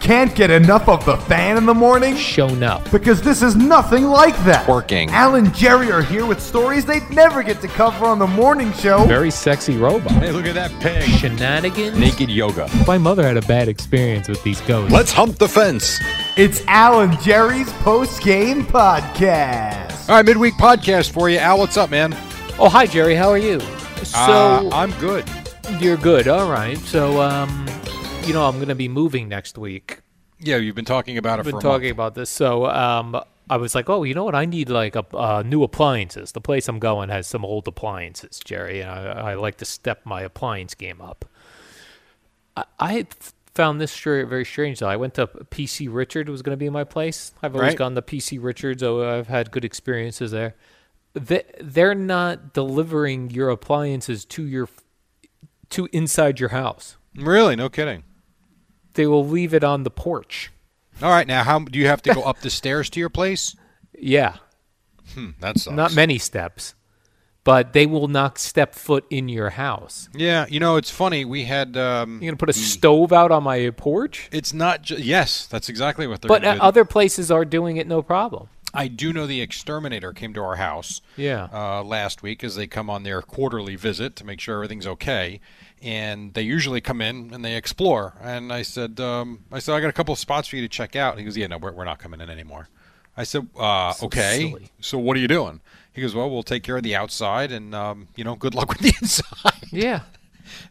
Can't get enough of the fan in the morning? shown up. Because this is nothing like that. Working. Al and Jerry are here with stories they'd never get to cover on the morning show. Very sexy robot. Hey, look at that pig. Shenanigans. Naked yoga. My mother had a bad experience with these ghosts. Let's hump the fence. It's Al and Jerry's post game podcast. All right, midweek podcast for you. Al, what's up, man? Oh, hi, Jerry. How are you? So Uh, I'm good. you're good. All right. So, um, you know, I'm gonna be moving next week. Yeah, you've been talking about it I've been for a talking month. about this. So, um, I was like, oh, you know what? I need like a uh, new appliances. The place I'm going has some old appliances, Jerry, and I, I like to step my appliance game up. I, I had f- found this str- very strange though. I went to PC Richard was going to be my place. I've always Right. gone to PC Richards. Oh, I've had good experiences there. They, they're not delivering your appliances to your f- to inside your house. Really? No kidding. They will leave it on the porch. All right, now how do you have to go up the stairs to your place? Yeah. Hmm, that sucks. not many steps, but they will not step foot in your house. Yeah, you know it's funny. We had. Um, You're gonna put a stove out on my porch, it's not. Ju- yes, that's exactly what they're. but gonna uh, do. other places are doing it no problem. I do know the exterminator came to our house. Yeah. Uh, last week, as they come on their quarterly visit to make sure everything's okay, and they usually come in and they explore. And I said, um, I said I got a couple of spots for you to check out. And he goes, Yeah, no, we're, we're not coming in anymore. I said, uh, Okay. silly. So what are you doing? He goes, Well, we'll take care of the outside, and um, you know, good luck with the inside. Yeah,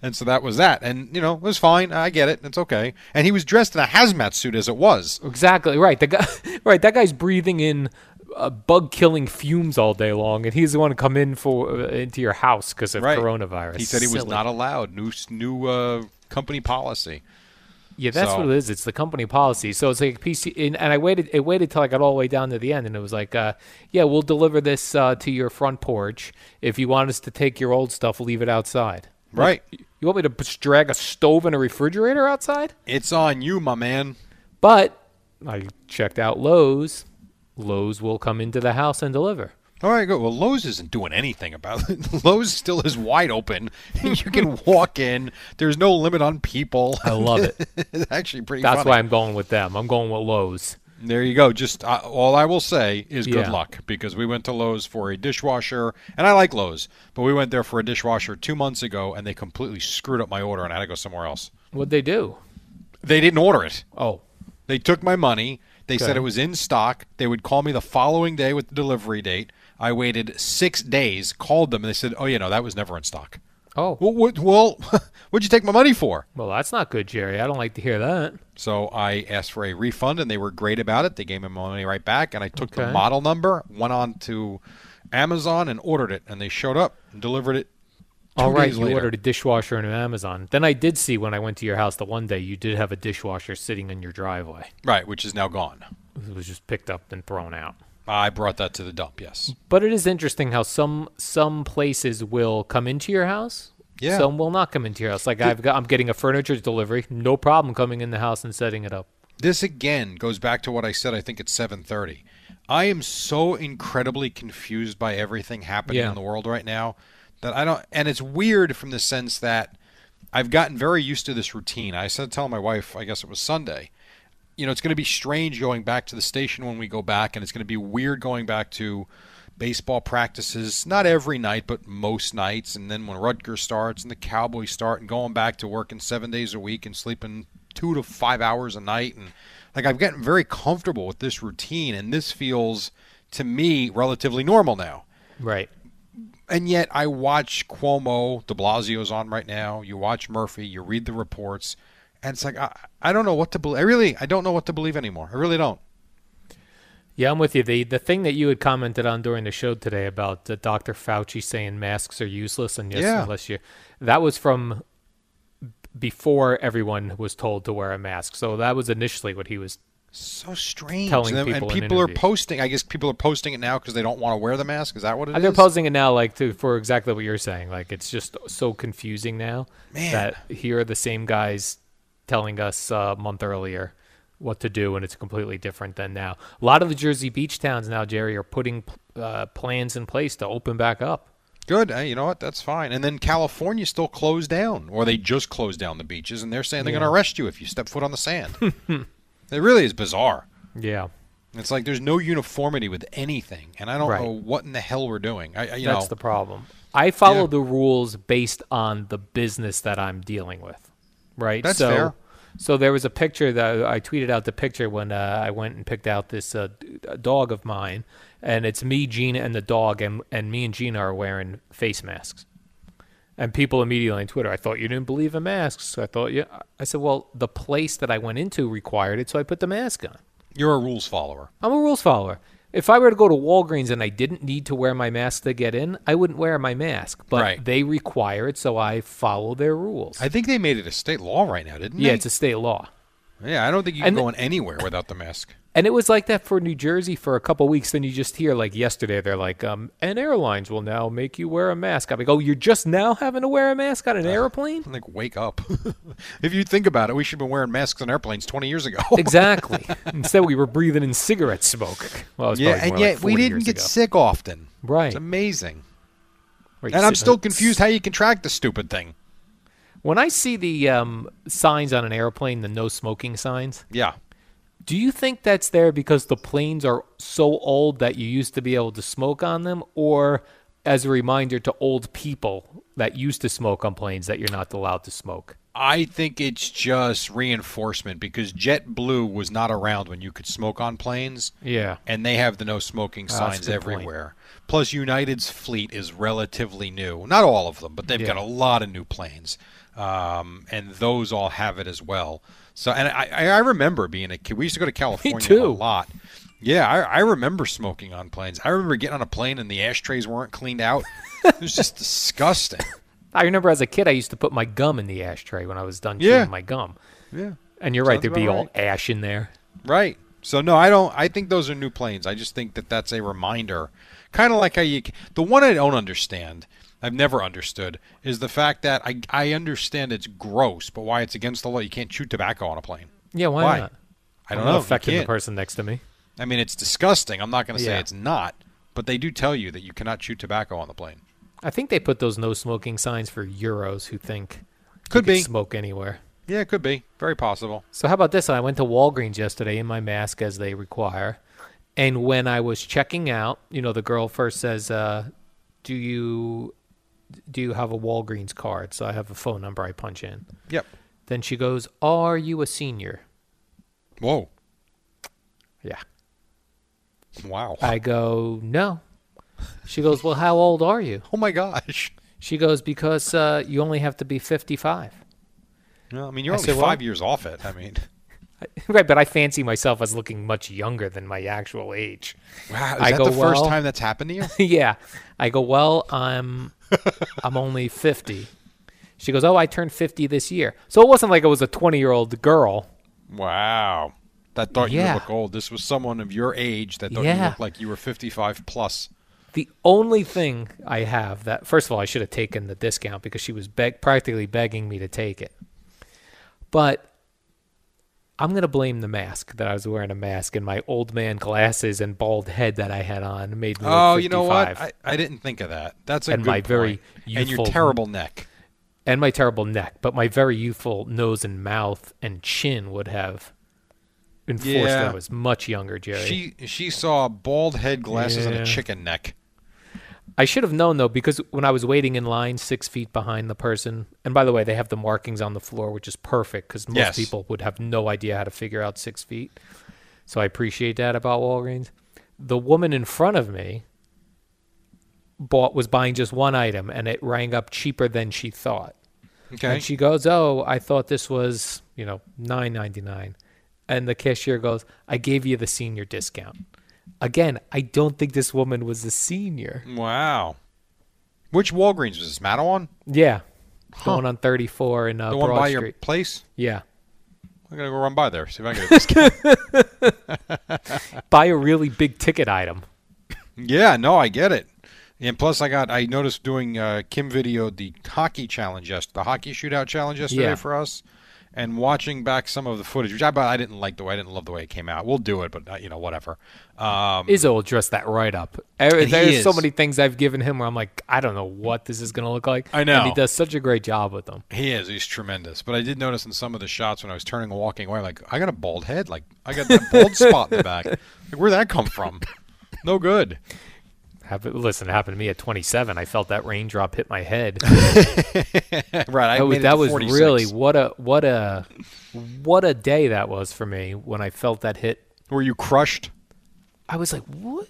and so that was that. And you know, it was fine. I get it. It's okay. And he was dressed in a hazmat suit as it was. exactly right. The guy, right? That guy's breathing in uh, bug killing fumes all day long, and he's the one to come in for uh, into your house because of Right. coronavirus. He said he was Silly. not allowed. New s- new uh, company policy. Yeah, that's So- what it is. It's the company policy. So it's like PC, and, and I waited. It waited till I got all the way down to the end, and it was like, uh, yeah, we'll deliver this uh, to your front porch. If you want us to take your old stuff, leave it outside. Right. You want me to p- drag a stove and a refrigerator outside? It's on you, my man. But I checked out Lowe's. Lowe's will come into the house and deliver. All right, good. Well, Lowe's isn't doing anything about it. Lowe's still is wide open. you can walk in. There's no limit on people. I love it. it's actually pretty That's funny. why I'm going with them. I'm going with Lowe's. There you go. Just uh, all I will say is good Yeah. luck because we went to Lowe's for a dishwasher, and I like Lowe's, but we went there for a dishwasher two months ago, and they completely screwed up my order, and I had to go somewhere else. What'd they do? They didn't order it. Oh, They took my money. They said Okay. it was in stock. They would call me the following day with the delivery date. I waited six days, called them, and they said, "Oh, you know, that was never in stock." oh. Well, what, well, what'd you take my money for? Well, that's not good, Jerry. I don't like to hear that. So I asked for a refund, and they were great about it. They gave me my money right back, and I took the Okay. model number, went on to Amazon, and ordered it. And they showed up and delivered it. two All right, days you later. ordered a dishwasher on Amazon. Then I did see when I went to your house the one day you did have a dishwasher sitting in your driveway. right, which is now gone. It was just picked up and thrown out. I brought that to the dump. Yes. But it is interesting how some some places will come into your house. Yeah. Some will not come into your house. Like I've got, I'm getting a furniture delivery. No problem coming in the house and setting it up. this again goes back to what I said. I think it's seven thirty. I am so incredibly confused by everything happening Yeah. in the world right now that I don't. And it's weird from the sense that I've gotten very used to this routine. I said, tell my wife. I guess it was Sunday. You know, it's going to be strange going back to the station when we go back, and it's going to be weird going back to baseball practices, not every night, but most nights. And then when Rutgers starts and the Cowboys start and going back to working seven days a week and sleeping two to five hours a night. And like I've gotten very comfortable with this routine. And this feels to me relatively normal now. Right. And yet I watch Cuomo, de Blasio's on right now. You watch Murphy, you read the reports. And it's like, I, I don't know what to believe. I really, I don't know what to believe anymore. I really don't. Yeah, I'm with you. The the thing that you had commented on during the show today about uh, Dr. Fauci saying masks are useless and yes, Yeah. unless you that was from b- before everyone was told to wear a mask. So that was initially what he was. So strange. Telling and, people and in people are interviews. posting. I guess people are posting it now because they don't want to wear the mask. Is that what it And Uh, they're is? posing it now, like to, for exactly what you're saying. Like it's just so confusing now Man. that here are the same guys telling us uh, a month earlier what to do, and it's completely different than now. A lot of the Jersey beach towns now, Jerry, are putting uh, plans in place to open back up. Good. Hey, you know what? That's fine. And then California still closed down, or they just closed down the beaches, and they're saying they're going to arrest you if you step foot on the sand. it really is bizarre. Yeah. It's like there's no uniformity with anything, and I don't Right. know what in the hell we're doing. I, I- you That's know, the problem. I follow Yeah. the rules based on the business that I'm dealing with, right? That's so, fair. So there was a picture that I tweeted out the picture when uh, I went and picked out this uh, d- a dog of mine, and it's me, Gina, and the dog, and and me and Gina are wearing face masks. And people immediately on Twitter, I thought you didn't believe in masks. I thought you. I said, well, the place that I went into required it, so I put the mask on. you're a rules follower. I'm a rules follower. If I were to go to Walgreens and I didn't need to wear my mask to get in, I wouldn't wear my mask. But Right. they require it, so I follow their rules. I think they made it a state law right now, didn't yeah, they? it's a state law. yeah, I don't think you can and- go in anywhere without the mask. And it was like that for New Jersey for a couple weeks. Then you just hear, like yesterday, they're like, um, and airlines will now make you wear a mask. I'm like, oh, you're just now having to wear a mask on an airplane? Like, wake up. if you think about it, we should have been wearing masks on airplanes 20 years ago. Exactly. Instead, we were breathing in cigarette smoke. Well, it was Yeah, probably and more like yet we 40 didn't years get ago. sick often. Right. It's amazing. Where you And I'm sit- still confused how you contract the stupid thing. When I see the um, signs on an airplane, the no smoking signs, Yeah. Do you think that's there because the planes are so old that you used to be able to smoke on them, or as a reminder to old people that used to smoke on planes that you're not allowed to smoke? I think it's just reinforcement because JetBlue was not around when you could smoke on planes. Yeah. Ah, And they have the no smoking that's a signs good point. everywhere. Plus, United's fleet is relatively new. Not all of them, but they've got a lot of new planes. Um, and those all have it as well. So, and I, I I remember being a kid. We used to go to California a too. lot. Yeah, I, I remember smoking on planes. I remember getting on a plane and the ashtrays weren't cleaned out. it was just disgusting. I remember as a kid, I used to put my gum in the ashtray when I was done chewing Yeah. my gum. Yeah. And you're right, Sounds there'd be about all right. ash in there. Right. So no, I don't. I think those are new planes. I just think that that's a reminder, kind of like how you. The one I don't understand, I've never understood, is the fact that I I understand it's gross, but why it's against the law. You can't chew tobacco on a plane. Yeah, why, Why? not? I don't I'm not know. You Affecting the can't. person next to me. I mean, it's disgusting. I'm not going to say Yeah. it's not, but they do tell you that you cannot chew tobacco on the plane. I think they put those no smoking signs for Euros who think Could you be. can smoke anywhere. Yeah, it could be. Very possible. So how about this? I went to Walgreens yesterday in my mask as they require, and when I was checking out, you know, the girl first says, uh, "Do you do you have a Walgreens card?" So I have a phone number I punch in. Yep. Then she goes, "Are you a senior?" Whoa. Yeah. Wow. I go, "No." She goes, "Well, how old are you?" oh my gosh. She goes, "Because uh, you only have to be 55." Well, I mean, you're I only said, five well- years off it. I mean, right, but I fancy myself as looking much younger than my actual age. wow. Ah, Is I that go, the first well- time that's happened to you? yeah. I go, well, I'm I'm only 50. She goes, oh, I turned 50 this year. So it wasn't like it was a 20 year old girl. Wow. That thought you Yeah. look old. This was someone of your age that thought you Yeah. looked like you were 55 plus. The only thing I have that, first of all, I should have taken the discount because she was beg- practically begging me to take it. But I'm going to blame the mask that I was wearing a mask and my old man glasses and bald head that I had on made me look Oh, you know what? 55. I, I didn't think of that. That's a And good my very point. And your youthful- terrible neck. and my terrible neck, but my very youthful nose and mouth and chin would have enforced Yeah. that I was much younger, Jerry. She she saw bald head glasses and a Yeah. chicken neck. I should have known though, because when I was waiting in line six feet behind the person, and by the way, they have the markings on the floor, which is perfect because most Yes. people would have no idea how to figure out six feet. So I appreciate that about Walgreens. The woman in front of me bought was buying just one item, and it rang up cheaper than she thought. Okay. And she goes, "Oh, I thought this was you know nine ninety nine, and the cashier goes, "I gave you the senior discount." Again, I don't think this woman was a senior. wow. Which Walgreens was this? Mattawan? Yeah, going on thirty four and uh, The one Broad by your Street. place? Yeah, I'm gonna go run by there. See if I can. Get a buy a really big ticket item. yeah. No, I get it. And plus, I got. I noticed doing uh, Kim videoed the hockey challenge yesterday, the hockey shootout challenge yesterday Yeah. for us, and watching back some of the footage, which I but I didn't like the way I didn't love the way it came out. We'll do it, but uh, you know whatever. Um, Izzo will dress that right up. Er- he There's so is. many things I've given him where I'm like, I don't know what this is gonna look like. I know. And he does such a great job with them. He is. He's tremendous. But I did notice in some of the shots when I was turning and walking away, like I got a bald head. Like I got that bald spot in the back. Like where'd that come from? No good. Hap- listen, it happened to me at 27. I felt that raindrop hit my head. right. I that was, made Oh, that it to was 46. really what a what a what a day that was for me when I felt that hit. Were you crushed? I was like, what?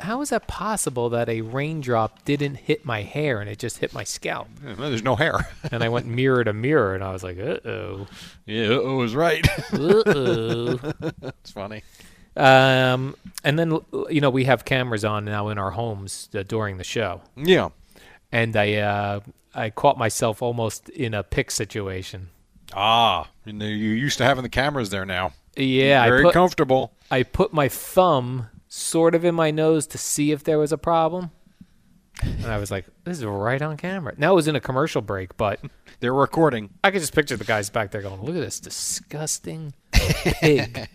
How is that possible that a raindrop didn't hit my hair and it just hit my scalp? Yeah, well, There's no hair. And I went mirror to mirror, and I was like, uh oh, yeah, it was right. uh oh. It's funny. Um, and then l- you know we have cameras on now in our homes uh, during the show, Yeah. and I uh, I caught myself almost in a pick situation. Ah, you know, you're used to having the cameras there now. Yeah, I Very put, comfortable. I put my thumb sort of in my nose to see if there was a problem. And I was like, this is right on camera. Now it was in a commercial break, but They're recording. I could just picture the guys back there going, look at this disgusting pig.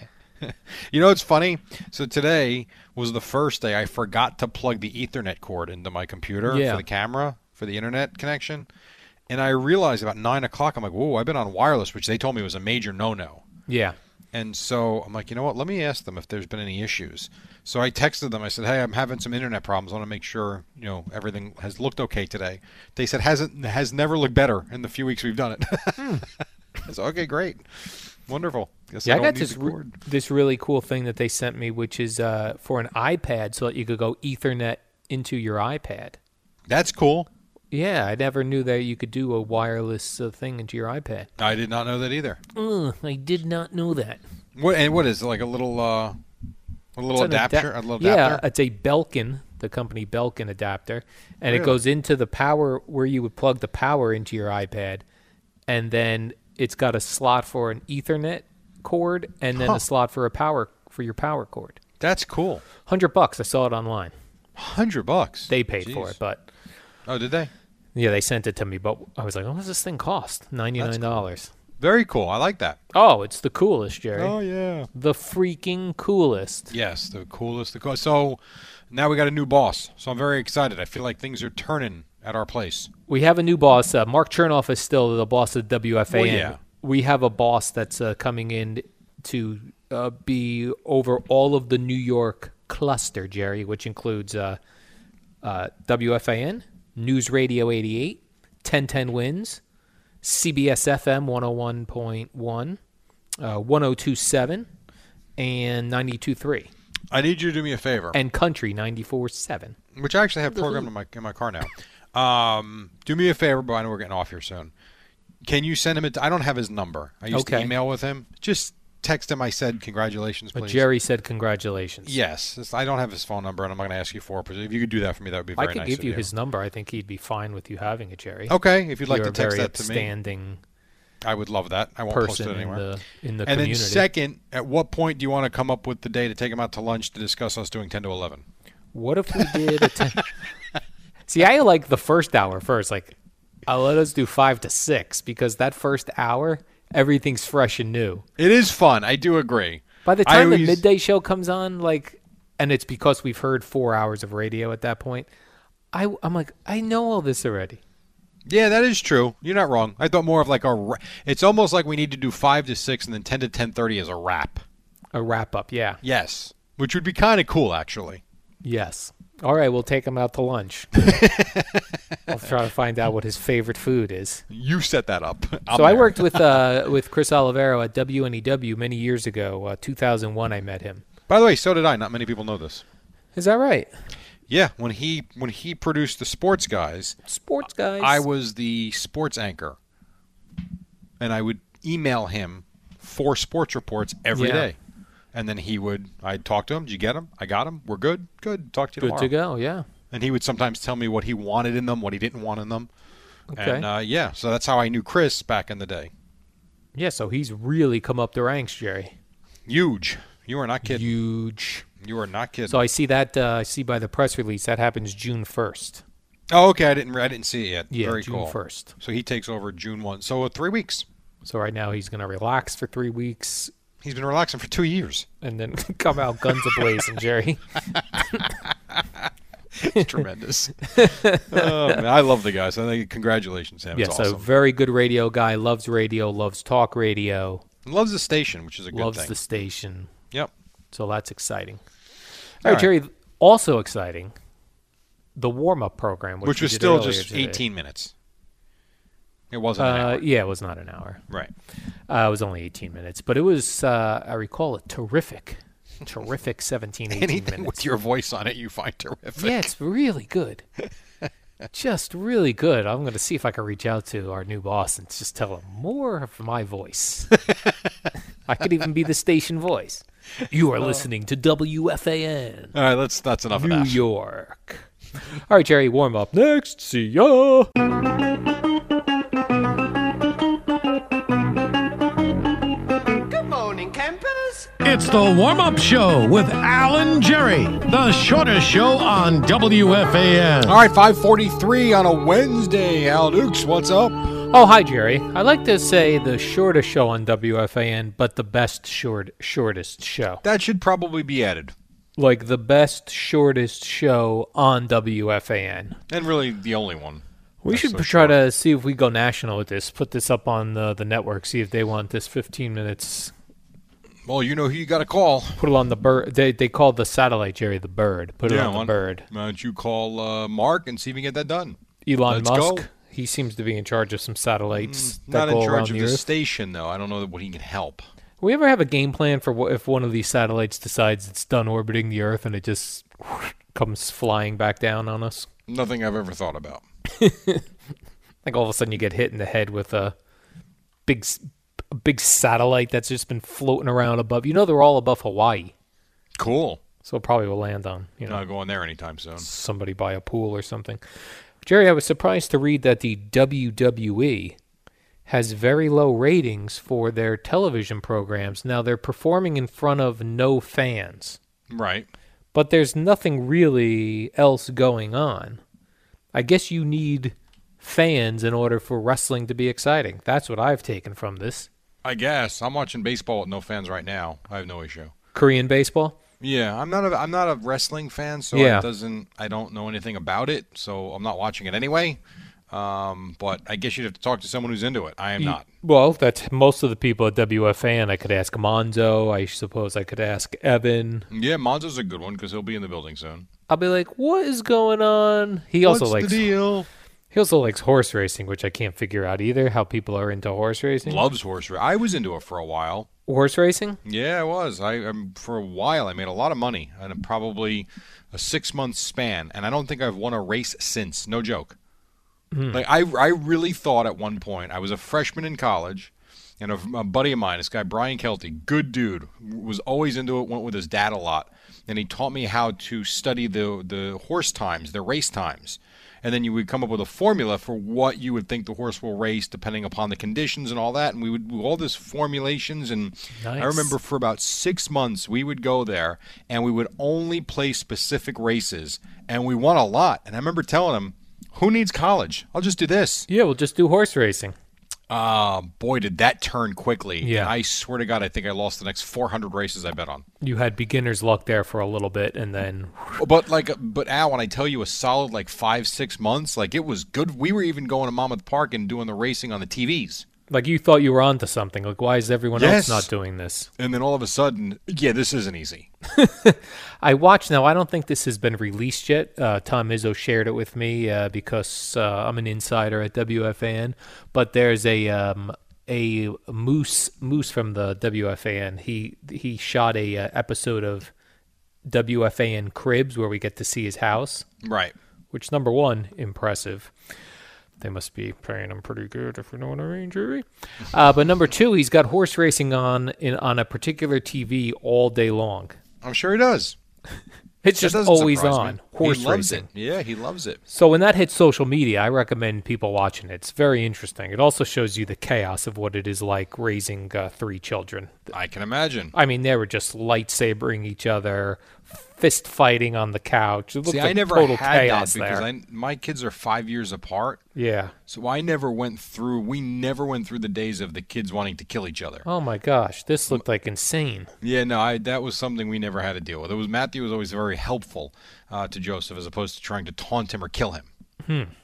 You know, it's funny. So today was the first day I forgot to plug the Ethernet cord into my computer Yeah. for the camera for the internet connection, and I realized about nine o'clock. I'm like, "Whoa, I've been on wireless," which they told me was a major no-no. yeah. And so I'm like, you know what? Let me ask them if there's been any issues. So I texted them. I said, hey, I'm having some internet problems. I want to make sure you know everything has looked okay today. They said hasn't has never looked better in the few weeks we've done it. I said, okay, great, wonderful. Guess Hmm. Yeah, I, don't got need this the re- cord. this really cool thing that they sent me, which is uh, for an iPad, so that you could go Ethernet into your iPad. That's cool. Yeah, I never knew that you could do a wireless uh, thing into your iPad. I did not know that either. Ugh, I did not know that. What and what is it, like a little uh, a little It's an adap- adapter? a little Yeah, adapter. it's a Belkin, the company Belkin adapter, and it goes into the power where you would plug the power into your iPad, and then it's got a slot for an Ethernet cord, and then a slot for a power for your power cord. That's cool. Hundred bucks. I saw it online. Hundred bucks. They paid for Jeez. it, but Oh, did they? yeah, they sent it to me. But I was like, oh, what does this thing cost? Ninety nine dollars. Very cool. I like that. Oh, Oh, it's the coolest, Jerry. yeah. The freaking coolest. Yes, the coolest. The cool. So now we got a new boss. So I'm very excited. I feel like things are turning at our place. We have a new boss. Uh, Mark Chernoff is still the boss of WFAN. Well, yeah. We have a boss that's uh, coming in to uh, be over all of the New York cluster, Jerry, which includes uh, uh, WFAN, News Radio 88, 1010 Wins, CBS FM 101.1, uh, 1027, and 92.3, I need you to do me a favor, and Country 94.7. which I actually have programmed in my in my car now. Um, do me a favor, but I know we're getting off here soon. Can you send him? I I don't have his number. I used Okay. to email with him. Just text him. I said congratulations, please. Jerry said, Congratulations. Yes, It's- I don't have his phone number, and I'm not going to ask you for it. But if you could do that for me, that would be I very could nice. give of you his number. I think he'd be fine with you having it, Jerry. Okay, if you'd like You're to a text very that to me, upstanding I would love that. I won't post it person in anywhere. the in the and community. then second, at what point do you want to come up with the day to take him out to lunch to discuss us doing 10 to 11? what if we did? A ten- See, I like the first hour first. Like, i let us do five to six because that first hour, everything's fresh and new. It is fun. I do agree. By the I time the always- midday show comes on, like, and it's because we've heard four hours of radio at that point. I, I'm like, I know all this already. Yeah, that is true. You're not wrong. I thought more of like a. ra- It's almost like we need to do 5 to 6 and then 10 to 10.30 is a wrap. A wrap up, yeah, Yes. Which would be kind of cool, actually. yes. All right, we'll take him out to lunch. I'll try to find out what his favorite food is. You set that up. I'm so I there. worked with uh, with Chris Olivero at WNEW many years ago, uh, 2001. I met him. By the way, so did I. Not many people know this. Is that right? Yeah, when he when he produced the Sports Guys, Sports guys. I was the sports anchor, and I would email him four sports reports every day, Yeah. and then he would. I'd talk to him. Did you get him? I got him. We're good. Good. Talk to you good tomorrow. to go. Yeah. And he would sometimes tell me what he wanted in them, what he didn't want in them. Okay. And uh, yeah, so that's how I knew Chris back in the day. Yeah. So he's really come up the ranks, Jerry. Huge. You are not kidding. Huge. You are not kidding. So I see that. Uh, I see by the press release that happens June 1st. oh, okay. I didn't. I didn't see it yet. Yeah, Very June cool. 1st. So he takes over June one. So uh, three weeks. So right now he's going to relax for three weeks He's been relaxing for two years. and then come out guns ablazing, Jerry. tremendous. oh, man, I love the guy. So I think congratulations, Sam. Yeah, it's so awesome. very good radio guy. Loves radio. Loves talk radio. And loves the station, which is a good loves thing. the station. Yep. So that's exciting. All All right, right. Jerry. Also exciting, the warm-up program, which, Which, we was did still earlier just today. 18 minutes. It wasn't an Uh, hour. yeah, it was not an hour. Right. Uh, it was only 18 minutes, but it was, uh, I recall, it terrific, terrific 17, 18 Anything minutes. with your voice on it, you find terrific. yeah, it's really good. just really good. I'm going to see if I can reach out to our new boss and just tell him more of my voice. I could even be the station voice. You are listening to WFAN. All right, that's that's enough New of that. York. All right, Jerry, warm up Ah. next. See ya. It's the warm up show with Alan Jerry, the shortest show on WFAN. All right, 5:43 on a Wednesday. Al Dukes, what's up? Oh, hi, Jerry. I like to say the shortest show on WFAN, but the best short shortest show. That should probably be added. Like the best shortest show on WFAN. And really, the only one. We That's should so try short. to see if we go national with this. Put this up on the, the network. See if they want this 15 minutes. Well, you know who you got to call. Put it on the bird. They they call the satellite Jerry the bird. Put it on the why- bird. Why don't you call uh, Mark and see if we can get that done? Elon Let's Musk. go. Mm, He seems to be in charge of some satellites. that Not in go charge around of the the Earth. station, though. I don't know that what he can help. We ever have a game plan for wh- if one of these satellites decides it's done orbiting the Earth and it just comes flying back down on us? Nothing I've ever thought about. Like all of a sudden you get hit in the head with a big, s- a big satellite that's just been floating around above. You know they're all above Hawaii, Cool. so it probably will land on you know Not going there anytime soon. somebody by a pool or something. Jerry, I was surprised to read that the WWE has very low ratings for their television programs. Now they're performing in front of no fans. Right. but there's nothing really else going on. I guess you need fans in order for wrestling to be exciting. That's what I've taken from this. I guess I'm watching baseball with no fans right now. I have no issue. Korean baseball? Yeah, I'm not a I'm not a wrestling fan, so Yeah. it doesn't I don't know anything about it, so I'm not watching it anyway. Um, but I guess you'd have to talk to someone who's into it. I am not. Well, that's most of the people at WFAN. I could ask Monzo. I suppose I could ask Evan. Yeah, Monzo's a good one because he'll be in the building soon. I'll be like, "What is going on?" He also What's likes the deal? he also likes horse racing, which I can't figure out either. How people are into horse racing? Loves horse racing. I was into it for a while. Horse racing? Yeah, I was. I um, for a while I made a lot of money and probably a six month span, and I don't think I've won a race since. No joke. Like I, I really thought at one point I was a freshman in college, and a, a buddy of mine, this guy Brian Kelty, good dude, was always into it. Went with his dad a lot, and he taught me how to study the the horse times, the race times, and then you would come up with a formula for what you would think the horse will race depending upon the conditions and all that. And we would do all this formulations, and I Nice. remember for about six months we would go there and we would only play specific races, and we won a lot. And I remember telling him. Who needs college? I'll just do this. Yeah, we'll just do horse racing. Uh, boy, did that turn quickly. Yeah. And I swear to God, I think I lost the next 400 races I bet on. You had beginner's luck there for a little bit, and then But like, but Al, when I tell you a solid like five, six months, like it was good. We were even going to Monmouth Park and doing the racing on the TVs. Like you thought you were onto something. Like why is everyone Yes. else not doing this? And then all of a sudden, yeah, this isn't easy. I watched now. I don't think this has been released yet. Uh, Tom Izzo shared it with me uh, because uh, I'm an insider at WFAN. But there's a um, a moose moose from the WFAN. He he shot a uh, episode of WFAN Cribs where we get to see his house, Right. which number one impressive. They must be paying him pretty good, if you know what I mean, Jerry. Uh, but number two, he's got horse racing on in, on a particular TV all day long. I'm sure he does. It's That just doesn't always surprise me. on. Horse he loves racing. it. Yeah, he loves it. So when that hits social media, I recommend people watching it. It's very interesting. It also shows you the chaos of what it is like raising uh, three children. I can imagine. I mean, they were just lightsabering each other, fist fighting on the couch. It looked See, like I never total had chaos that because there. I, my kids are five years apart, Yeah. so I never went through. We never went through the days of the kids wanting to kill each other. Oh my gosh, this looked like insane. Yeah, no, I, that was something we never had to deal with. It was Matthew was always very helpful uh, to Joseph as opposed to trying to taunt him or kill him.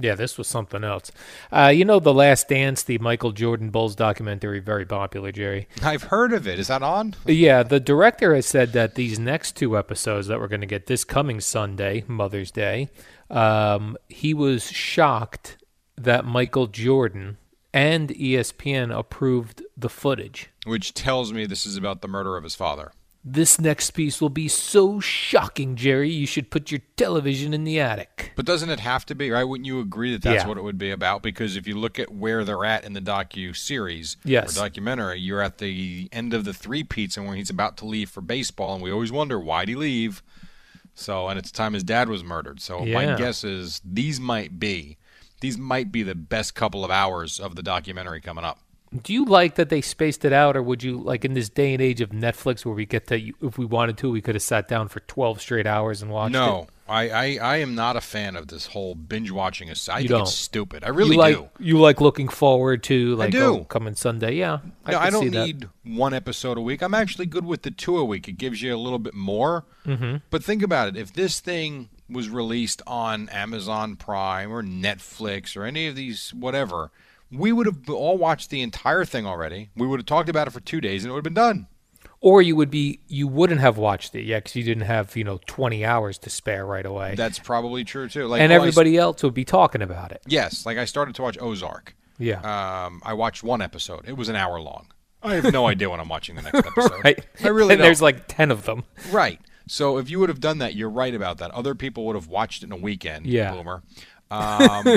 Yeah, this was something else. Uh, you know, The Last Dance, the Michael Jordan Bulls documentary, very popular, Jerry. I've heard of it. Is that on? Yeah, the director has said that these next two episodes that we're going to get this coming Sunday, Mother's Day, um, he was shocked that Michael Jordan and E ESPN approved the footage. Which tells me this is about the murder of his father. This next piece will be so shocking, Jerry. You should put your television in the attic. But doesn't it have to be, right? Wouldn't you agree that that's Yeah. what it would be about? Because if you look at where they're at in the docu series Yes. or documentary, you're at the end of the three peats and when he's about to leave for baseball, and we always wonder why'd he leave. So, and it's the time his dad was murdered. So Yeah. my guess is these might be, these might be the best couple of hours of the documentary coming up. Do you like that they spaced it out, or would you like in this day and age of Netflix, where we get to, if we wanted to, we could have sat down for twelve straight hours and watched it? No, I, I, I am not a fan of this whole binge watching. I think don't. it's stupid. I really you like, do. You like looking forward to like do. Oh, coming Sunday. Yeah. no, can I don't see that. need one episode a week. I'm actually good with the two a week. It gives you a little bit more. Mm-hmm. But think about it. If this thing was released on Amazon Prime or Netflix or any of these, whatever, we would have all watched the entire thing already. We would have talked about it for two days and it would have been done. Or you would be you wouldn't have watched it yet cuz you didn't have, you know, 20 hours to spare right away. That's probably true too. Like and all I s- everybody else would be talking about it. yes, like I started to watch Ozark. Yeah. Um, I watched one episode. It was an hour long. I have no idea when I'm watching the next episode. right. I really and don't. there's like 10 of them. Right. So if you would have done that, you're right about that. Other people would have watched it in a weekend. Yeah. Boomer. Um,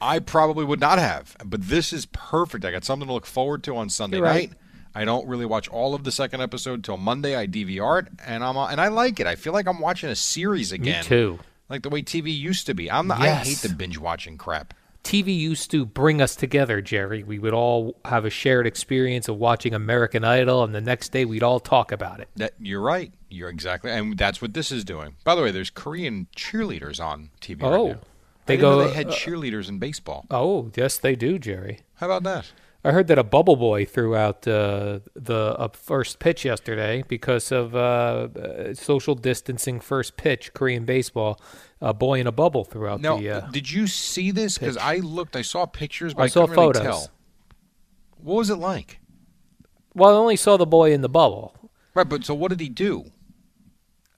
I probably would not have. But this is perfect. I got something to look forward to on Sunday You're right. night. I don't really watch all of the second episode till Monday. I DVR it, and I'm and I like it. I feel like I'm watching a series again. too. Like the way TV used to be. I'm not, I Yes. hate the binge watching crap. TV used to bring us together, Jerry. We would all have a shared experience of watching American Idol and the next day we'd all talk about it. That you're right. You're exactly, and that's what this is doing. By the way, there's Korean cheerleaders on TV. right Oh. now. They I didn't know go They had uh, cheerleaders in baseball. Oh, yes they do, Jerry. How about that? I heard that a bubble boy threw out uh, the uh, first pitch yesterday because of uh, uh, social distancing first pitch Korean baseball. A boy in a bubble threw out Now, the. Uh, did you see this? Because I looked, I saw pictures, but I, I saw couldn't really photos. tell. What was it like? well, I only saw the boy in the bubble. Right, but so what did he do?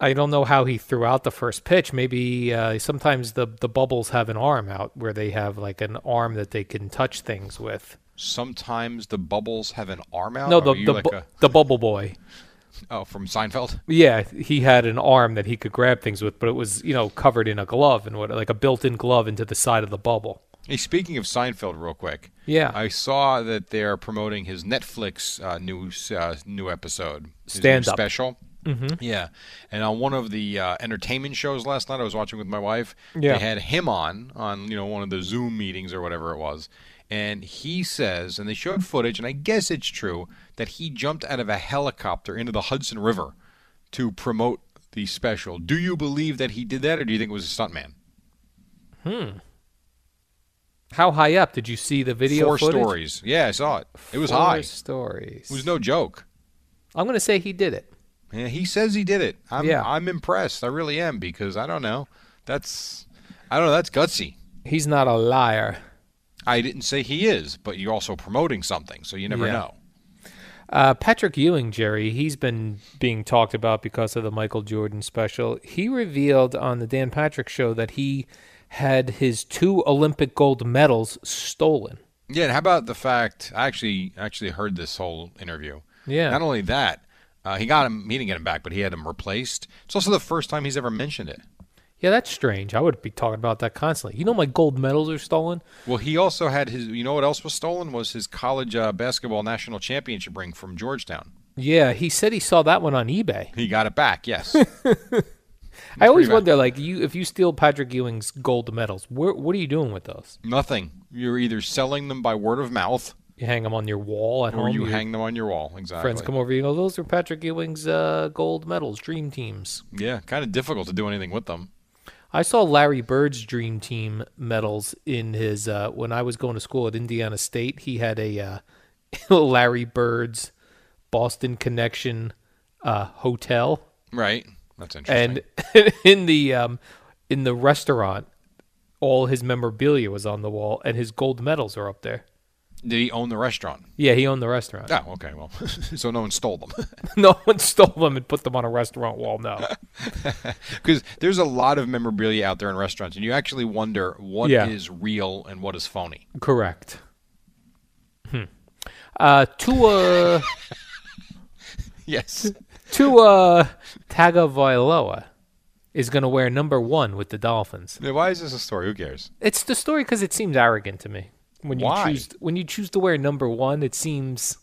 I don't know how he threw out the first pitch. Maybe uh, sometimes the the bubbles have an arm out where they have like an arm that they can touch things with. Sometimes the bubbles have an arm out. No, Are the Oh, you the, like bu- a- the bubble boy. oh from Seinfeld. Yeah, he had an arm that he could grab things with, but it was you know covered in a glove and what like a built-in glove into the side of the bubble. Hey, speaking of Seinfeld, real quick. Yeah. I saw that they're promoting his Netflix uh, new uh, new episode, his new Stand Up. special. Mm-hmm. Yeah, and on one of the uh, entertainment shows last night, I was watching with my wife. Yeah. they had him on on you know one of the Zoom meetings or whatever it was, and he says, and they showed footage, and I guess it's true that he jumped out of a helicopter into the Hudson River to promote the special. Do you believe that he did that, or do you think it was a stuntman? How high up did you see the video? Four footage? stories. Yeah, I saw it. It was Four high. stories. It was no joke. I'm going to say he did it. Yeah, he says he did it. I'm Yeah. I'm impressed. I really am because I don't know. That's I don't know, that's gutsy. He's not a liar. I didn't say he is, but you're also promoting something, so you never Yeah. know. Uh, Patrick Ewing, Jerry, he's been being talked about because of the Michael Jordan special. He revealed on the Dan Patrick show that he had his two Olympic gold medals stolen. Yeah, and how about the fact I actually actually heard this whole interview. Yeah. Not only that, uh, he got him he didn't get him back, but he had him replaced. It's also the first time he's ever mentioned it. Yeah, that's strange. I would be talking about that constantly. You know, my gold medals are stolen. Well, he also had his. You know what else was stolen was his college uh, basketball national championship ring from Georgetown. Yeah, he said he saw that one on eBay. He got it back. Yes. I always bad. wonder, like, you if you steal Patrick Ewing's gold medals, where, what are you doing with those? Nothing. You're either selling them by word of mouth You hang them on your wall at or home. Oh, you your hang them on your wall. Exactly. friends come over. You go, those are Patrick Ewing's uh, gold medals, dream teams. Yeah, kind of difficult to do anything with them. I saw Larry Bird's dream team medals in his uh, when I was going to school at Indiana State. He had a uh, Larry Bird's Boston Connection uh, hotel, Right. That's interesting. and in the um, in the restaurant, all his memorabilia was on the wall, and his gold medals are up there. Did he own the restaurant? Yeah, he owned the restaurant. Oh, okay. Well, so no one stole them. no one stole them and put them on a restaurant wall. No. Because there's a lot of memorabilia out there in restaurants, and you actually wonder what is Yeah. real and what is phony. Correct. Hmm. Uh, Tua Yes. Tua Tagovailoa is going to wear number one with the Dolphins. Now, Why is this a story? Who cares? It's the story because it seems arrogant to me. When you Why? choose when you choose to wear number one, it seems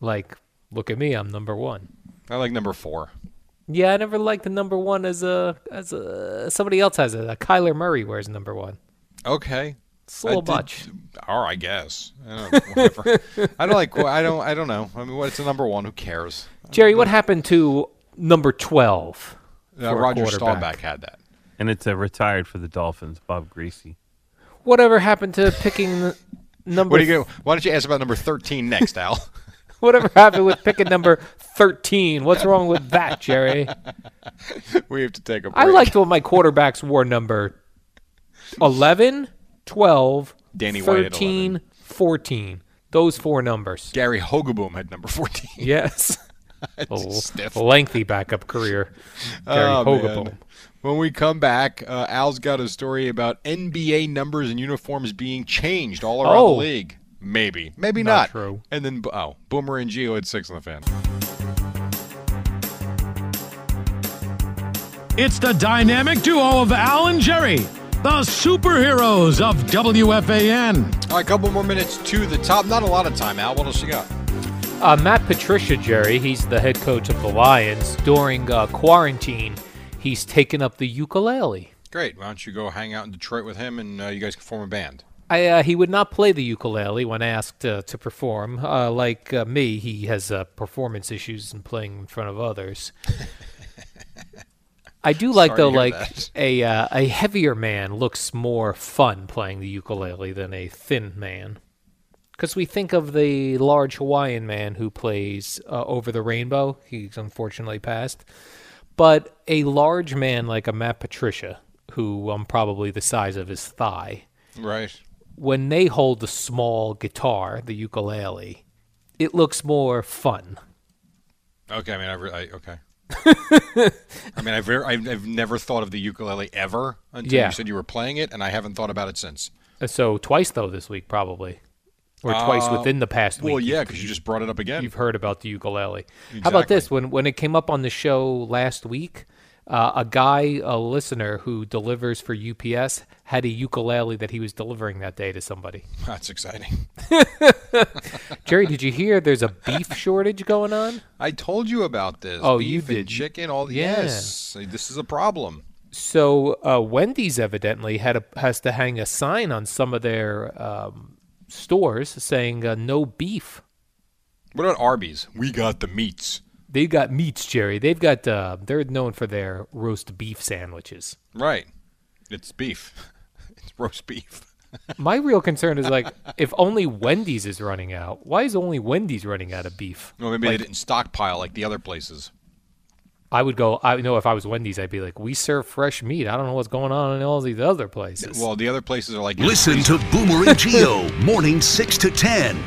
like look at me, I'm number one. I like number four. Yeah, I never liked the number one as a as a somebody else has it. Uh, Kyler Murray wears number one. Okay. It's a little did- much. Or I guess. I don't, whatever. I don't like. I don't. I don't know. I mean, what's the number one? Who cares? Jerry, what happened to number twelve? Uh, for a Roger quarterback? Staubach had that. And it's uh, retired for the Dolphins, Bob Greasy. Whatever happened to picking the number? What do you? go- Why don't you ask about number thirteen next, Al? Whatever happened with picking number 13? What's wrong with that, Jerry? we have to take a break. I liked when my quarterbacks wore number 11, 12, Danny White at 13, 14. Those four numbers. Gary Hogaboom had number fourteen. Yes. stiff. a lengthy backup career. Gary Oh, Hogaboam. man. When we come back, uh, Al's got a story about NBA numbers and uniforms being changed all around Oh. the league. Maybe, maybe Not not. true. And then, oh, Boomer and Geo at six on the fan. It's the dynamic duo of Al and Jerry, the superheroes of WFAN. All right, a couple more minutes to the top. Not a lot of time, Al. What else you got? Uh, Matt Patricia, Jerry, he's the head coach of the Lions. During uh, quarantine, he's taken up the ukulele. Great. Why don't you go hang out in Detroit with him and uh, you guys can form a band? I, uh, he would not play the ukulele when asked uh, to perform. Uh, like uh, me, he has uh, performance issues in playing in front of others. I do like Sorry to though, hear like that. a uh, a heavier man looks more fun playing the ukulele than a thin man, because we think of the large Hawaiian man who plays uh, "Over the Rainbow." He's unfortunately passed, but a large man like a Matt Patricia, who um, probably the size of his thigh Right. when they hold the small guitar, the ukulele, it looks more fun. Okay. I mean, I, re- I okay. I mean, I've, re- I've I've never thought of the ukulele ever until Yeah. you said you were playing it, and I haven't thought about it since. Uh, So twice though this week probably, or twice within the past week. Uh, Well, you've- yeah, because you just brought it up again. you've heard about the ukulele. How about this? When when it came up on the show last week, uh, a guy, a listener who delivers for UPS, had a ukulele that he was delivering that day to somebody. That's exciting. Jerry, did you hear? There's a beef shortage going on. I told you about this. Oh, Beef you and didn't. Chicken, all the Yeah. yes. This is a problem. So uh, Wendy's evidently had a, has to hang a sign on some of their um, stores saying uh, no beef. What about Arby's? We got the meats. They've got meats, Jerry. They've got uh, they're known for their roast beef sandwiches. Right. It's beef. It's roast beef. My real concern is like if only Wendy's is running out. Why is only Wendy's running out of beef? No, maybe they didn't stockpile like the other places. I would go. I know if I was Wendy's, I'd be like, "We serve fresh meat. I don't know what's going on in all these other places." Well, the other places are like Listen to Boomer and Geo, morning 6 to 10